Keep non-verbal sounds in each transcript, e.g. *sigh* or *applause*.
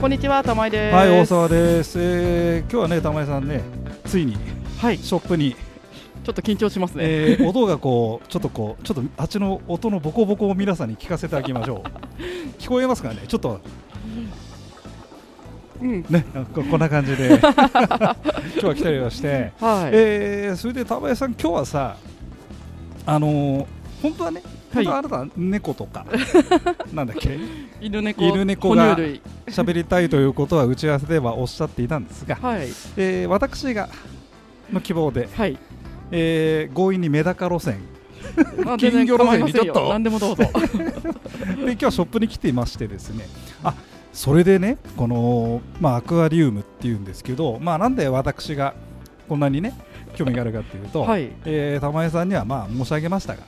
こんにちは、玉井です。はい、大沢です。えー、今日はね、玉井さんね、ついにはい、ちショップに、ょっと緊張しますね。えー、音がこう、ちょっとこう、ちょっとあっちの音のボコボコを皆さんに聞かせてあげまし *laughs* ょう。聞こえますかね、ちょっとうん、ね、ここんな感 *laughs* じで、今日は来たりはして、はい、えー、それで玉井さん、今日はさ、あのー、本当はね、は本い当はあなたは猫とか、なんだっ *laughs* け、犬猫、犬猫が哺乳類、喋りたいということは打ち合わせではおっしゃっていたんですが、はい、えー、私がの希望で、はい、えー強引にメダカ路線まあ金魚路線にちょ全然構いませっとんよ何でもどう *laughs* ぞ。で今日はショップに来ていましてですねあそれでねこの、まあ、アクアリウムっていうんですけど、まあ、なんで私がこんなにね興味があるかっていう *laughs* と、はい、えー玉江さんにはまあ申し上げましたが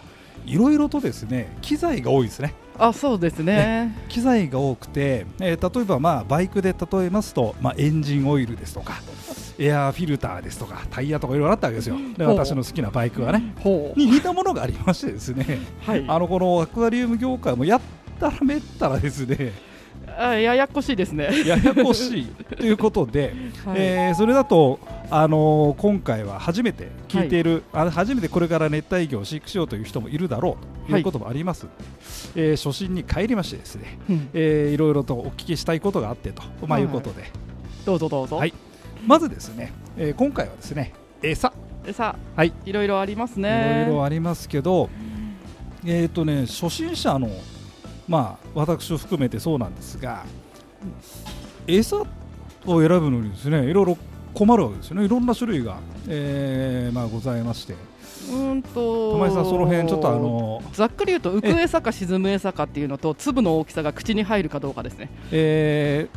いろいろとですね機材が多いですねあ、そうですね。機材が多くて、えー例えばまあバイクで例えますと、まあ、エンジンオイルですとかエアーフィルターですとかタイヤとかいろいろあったわけですよでほう私の好きなバイクはねほう、に似たものがありましてですねはい、あのこのアクアリウム業界もやったらめったらですね、あ、ややこしいですね。ややこしいということで、はい、えーそれだと、あのー今回は初めて聞いている、あ初めてこれから熱帯魚を飼育しようという人もいるだろうということもありますので、えー初心に帰りましてですね、うんえーいろいろとお聞きしたいことがあってと、まあ、いうことで、どうぞどうぞ。はいまずですね、えー今回はですね餌でさあ、はい、いろいろありますいね。ろいろありますけど、えーとね、初心者の、まあ、私を含めてそうなんですが餌を選ぶのにですねいろいろ困るわけですよねいろんな種類が、えーまあ、ございましてうーんと、玉井さんその辺ちょっとあ。の、ざっくり言うと浮く餌か沈む餌かっていうのと粒の大きさが口に入るかどうかですねえ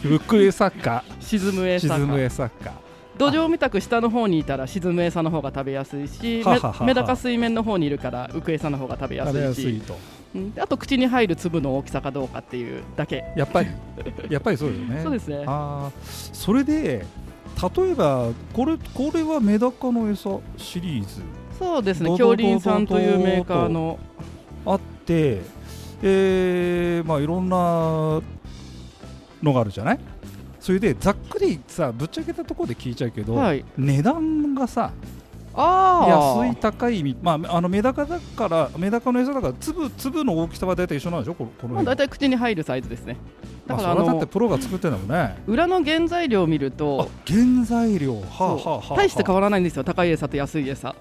ー、 *laughs* ウクレサッカ沈むー餌か沈む餌か土壌みたく下の方にいたら沈む餌の方が食べやすいしははははメメダカ水面の方にいるから浮く餌の方が食べや食べすやいすしいとうんであと口に入る粒の大きさかどうかっていうだけ、やっ *laughs* ぱりやっぱりそうですよねそうですねあーそれで例えばこれこれはメダカの餌シリーズそうですどねうぞ恐竜さんというメーカーのあって、えーまあ、いろんなのがあるじゃないそれでざっくりさぶっちゃけたところで聞いちゃうけど、はい値段がさあ安い高いみ、まあ、あのメダカだからメダカの餌だから粒粒の大きさは大体一緒なんでしょこのこあのまあ大辺体口に入るサイズですねだまかあそらあれはだっのてプロが作ってんだもんね裏の原材料を見るとあ原材料はあ、はあはあはあ、大して変わわらないんですよ高い餌と安い餌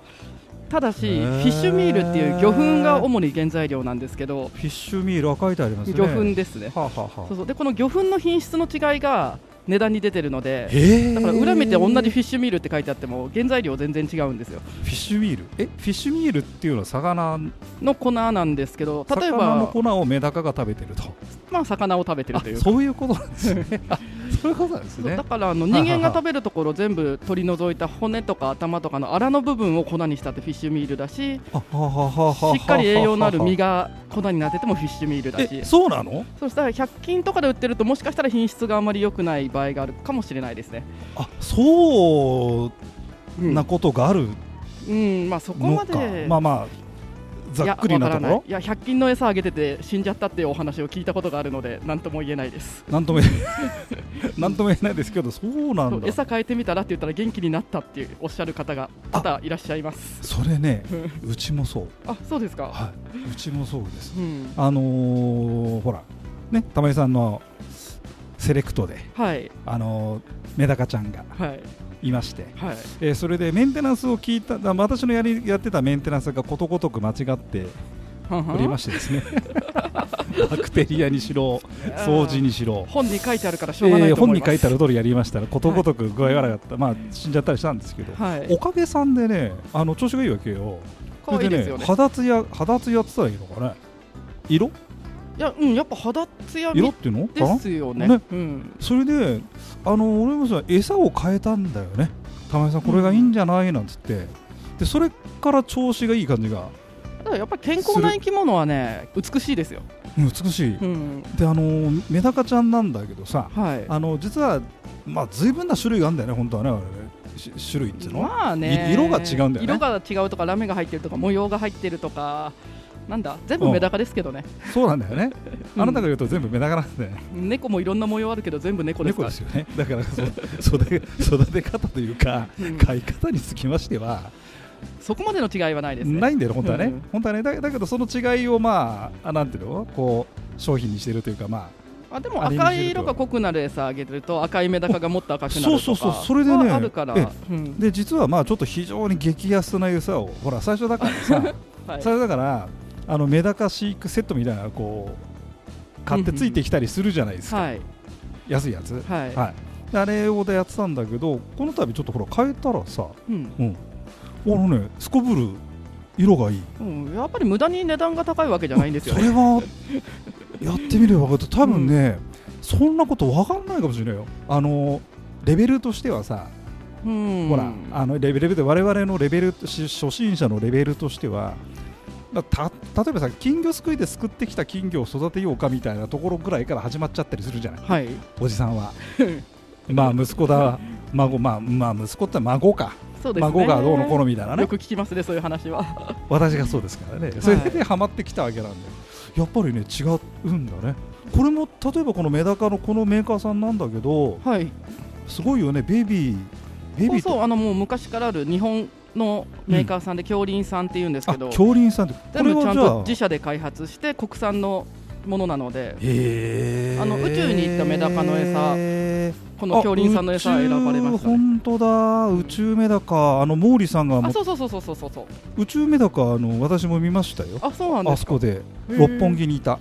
ただしへフーィッシュミールっていう魚粉が主に原材料なんですけどフィッシュミールは書いてありますね魚粉ですねはあ、はあはそうあ、そうでこの魚粉の品質の違いが値段に出てるのでえだから裏見て同じフィッシュミールって書いてあっても原材料全然違うんですよフィッシュミールえフィッシュミールっていうのは魚の粉なんですけど例え魚のば粉をメダカが食べてるとまあ、魚を食べてるあというかそういうことなんですねあ *laughs* そういうことなんですそうねだからあの人間が食べるところ全部取り除いた骨とか頭とかの粗の部分を粉にしたってフィッシュミールだししははははははっかり栄養のある身が粉になっててもフィッシュミールだしえそうなのそしたら100均とかで売ってるともしかしたら品質があまり良くない場合があるかもしれないですね。あそううんなことがあるうんまあ、そこのまか、でまあまあざっくりないやわからところないいや100均の餌あげてて死んじゃったっていうお話を聞いたことがあるので何とも言えないですなんとも言え *laughs* なんとも言えないですけどそうなそんうだ餌変えてみたらって言ったら元気になったっていうおっしゃる方があ多々いらっしゃいますそれねうちもそうあそうですか、はいうちもそうですうん、あのーほらね玉井さんのセレクトではいあのーメダカちゃんがはいいましてはいえーそれでメンテナンスを聞いたあ私のやりやってたメンテナンスがことごとく間違っておりまして *laughs* ですねバクテリアにしろ掃除にしろ、本に書いてあるからしえょうがないーと本思いにます、書いてある通りやりましたらことごとく具合悪かった、まあ死んじゃったりしたんですけど、はいおかげさんでねあの調子がいいわけよ可愛いそれですでよね肌ツヤ肌ツヤって言ったらいいのかね色いやうんやっぱ肌ツヤ色みっていうのかでなすよねねうんそれであの俺もさ餌を変えたんだよね玉井さんこれがいいんじゃないなんつってでそれから調子がいい感じがただやっぱ健康な生き物はね美しいですようん美しい、うんであのメダカちゃんなんだけどさはいあの実はまあ随分な種類があるんだよね本当はねあれねし種類っていうの、まあねい色が違うんだよね色が違うとかラメが入ってるとか模様が入ってるとかなんだ全部メダカですけどね、そうなんだよね、うんあなたが言うと全部メダカなんだよね猫もいろんな模様あるけど全部猫です猫からですよねだからそう育て育て方というかうん飼い方につきましてはそこまでの違いはないですねないんだよね本当はね、うん本当はねだだけどその違いをまああなんていうのこう商品にしてるというかまあでもアレンジして赤るとい色が濃くなる餌あげてると赤いメダカがもっと赤くなるとかそうそうそうそれでねはあるから、えうんあで実はまあちょっと非常に激安な餌をほら最初だからさ、はい最初だからあのメダカ飼育セットみたいなのこう買ってついてきたりするじゃないですか、はい安いやつ、はい、はい、であれをでやってたんだけどこの度ちょっとほら変えたらさうんあのねすこぶる色がいいうん、やっぱり無駄に値段が高いわけじゃないんですよそねれはやってみれば分かる多分ね、そんなこと分かんないかもしれないよあのレベルとしてはさ、うんほらあのレベルで我々のレベルし初心者のレベルとしてはまあた例えばさ金魚すくいですくってきた金魚を育てようかみたいなところぐらいから始まっちゃったりするじゃないはいおじさ *laughs* んはまあ息子だ孫まあまあ息子って孫か、そうですね孫がどうのこうのみたいなねよく聞きますねそういう話は私がそうですからね、いそれでハマってきたわけなんでやっぱりね違うんだねこれも例えばこのメダカのこのメーカーさんなんだけどはいすごいよねベビーベそうビーそうとあのもう昔からある日本のメーカーさんで恐林さんっていうんですけど、恐林さんってこ全れ部ちゃはんじとゃあ自社で開発して国産のものなのでへーあの宇宙に行ったメダカの餌このあ恐林さんの餌選ばれましたね宇宙本当だ宇宙メダカあの毛利さんがもあそうそうそうそうそうそうそう宇宙メダカあの私も見ましたよあそうなんであすそかこでへー六本木にいた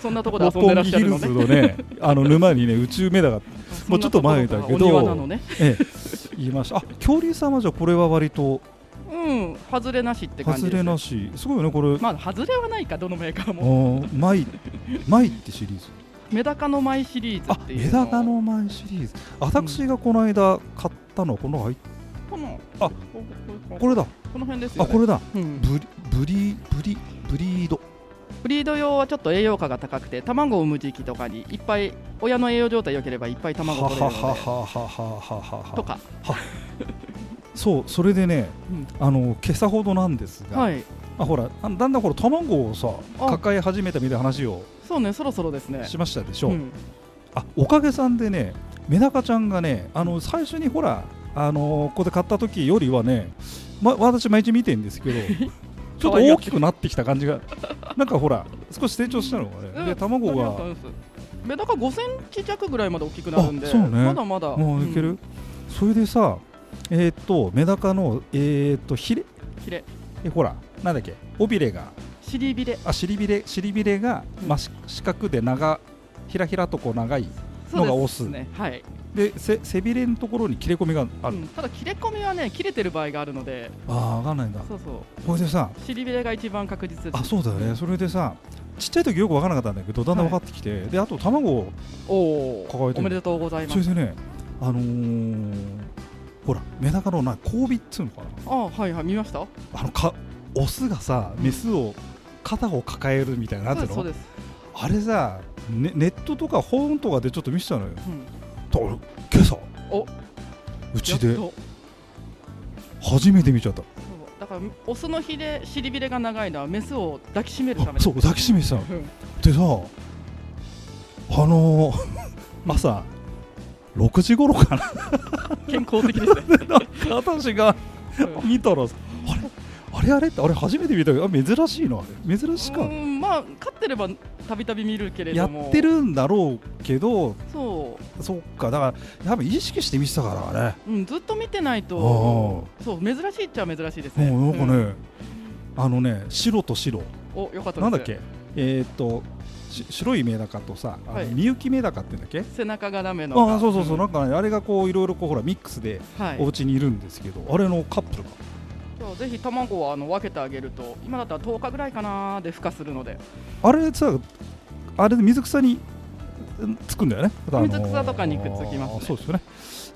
そんなところ六で遊んでら本っ木しゃヒるルのズねの *laughs* ねあの沼にね宇宙メダカもうちょっと前だけそんなとこどろがお庭なのねええ、言いました。あ、恐竜さんはじゃあこれは割とうん外れなしって感じ外ですれなし、すごいよねこれ。まあ外れはないかどのメーカーあもーマイマイってシリーズ。メダカの舞シリーズあっ、ていメうのダカのマイシリーズ。私がこの間買ったのはこの入っこのあこここれだ。この辺ですよ、あ、ね、これだ。うんブリブリブリブリード。ブリード用はちょっと栄養価が高くて卵を産む時期とかにいっぱい親の栄養状態良ければいっぱい卵を取れるのでははははははははと。かそう、それでねうん、あの今朝ほどなんですが、はいあほら、あだんだんほら卵をさあ抱え始めたみたいな話をそうねそろそろですねしましたでしょ。んあおかげさんでね、メダカちゃんがね、あの最初にほら、あのここで買った時よりはね、ま、私、毎日見てるんですけど、 *laughs* ちょっと可愛がっ大てきくなってきた感じが、なんかほら、少し成長したのがね、で卵ありとうが、ございますメダカ5センチ弱ぐらいまで大きくなるんであそうねまだまだもういける、んそれでさ、えーっと、メダカの、えーっと、ヒレ、ヒレえほら、なんだっけ、尾びれが、シリビレあ、尻びれ、尻びれが、まあ、し四角で長、ひらひらとこう長い、そうのがでオすスねはいで、せ背びれのところに切れ込みがある。うんただ切れ込みはね切れてる場合があるのでああ、わかんないんだ。そうそうこれでさ、シリビレが一番確実ですあそうだよねそれでさちっちゃい時よく分からなかったんだけどだんだん分かってきて、であと卵をおお抱えてるおめでとうございまそれすでねあのーほらメダカのな交尾っつうのかなあはいはい見ましたあのかオスがさメスを肩を抱えるみたいななんていうそうのですそうであれさ、ね、ネットとか本とかでちょっと見せたのよだすうんから今朝おうちやっでと初めて見ちゃったそうだからオスのヒレ尻びれが長いのはメスを抱きしめるためあそう抱きしめてたのでさあのー朝6時 *laughs* 頃かな健康的ですね、私が見たらあれあれあれってあれ初めて見たけどあ珍しいなあれ珍しうかんまあ飼ってればたびたび見るけれやどもってるんだろうけどそそっかだからやっぱ意識して見てたからねう、うん、ずっと見てないとあそう珍しいっちゃ珍しいですねもうなんかうんねあのね白と白およかったですなんだっけえーっとし白いメダカとさあのはいみゆきメダカって言うんだっけ背中がラメのああそうそうそはうなんかねあれがこういろいろこうほらミックスでいお家にいるんですけどあれのカップルがそうぜひ卵はあの分けてあげると今だったら10日ぐらいかなで孵化するのであれさあれで水草にうんつくんだよね、あのー水草とかにくっつきますねそうですよね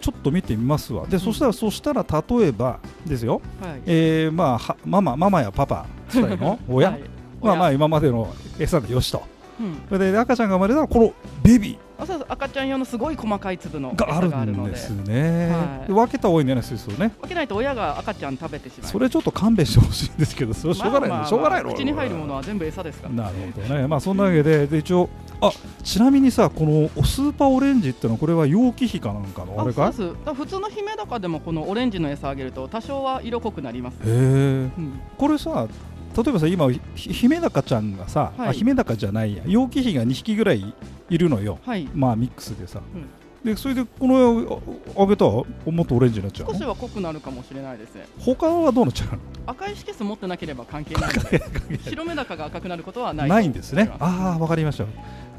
ちょっと見てみますわでそしたら、そしたら例えばですよ、はいえーまあ、はママママやパパ伝えの親、はいまあまあ親今までの餌でよしとうんそれで赤ちゃんが生まれたらこのベビあそうそう赤ちゃん用のすごい細かい粒のーがあ餌があるるんのでですね、はいで分けた方がいいんじゃないですよね分けないと親が赤ちゃん食べてしまうそれちょっと勘弁してほしいんですけどそれしょうがないの、しょうがないの口に入るものは全部餌ですからなるほどねまあそんなわけでで一応あちなみにさこのスーパーオレンジってのはこれは楊貴妃かなんかのあれかいへそうですだから普通のヒメダカでもこのオレンジの餌あげると多少は色濃くなります、えうんこれさ例えばさ今ひ姫高ちゃんがさ、はいあ姫高じゃないや楊貴妃が2匹ぐらいいるのよはいまあミックスでさ、うんでそれでこのああげたらもっとオレンジになっちゃう少しのは濃くなるかもしれないですね他はどうなっちゃうの赤い色素持ってなければ関係ないので白目高が赤くなることはないないんですね。ああ、わかりました。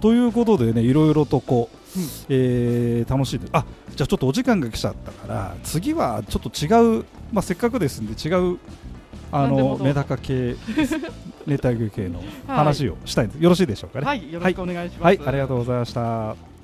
ということでね、いろいろとこう、うんえー楽しいであじゃあちょっとお時間が来ちゃったから、次はちょっと違う、まあ、せっかくですんで、違う、あなんでものどうぞメダ *laughs* カ系、熱帯魚系の話をしたいんです、よろしいでしょうかね。はいよろしくお願いします、はい、ありがとうございました。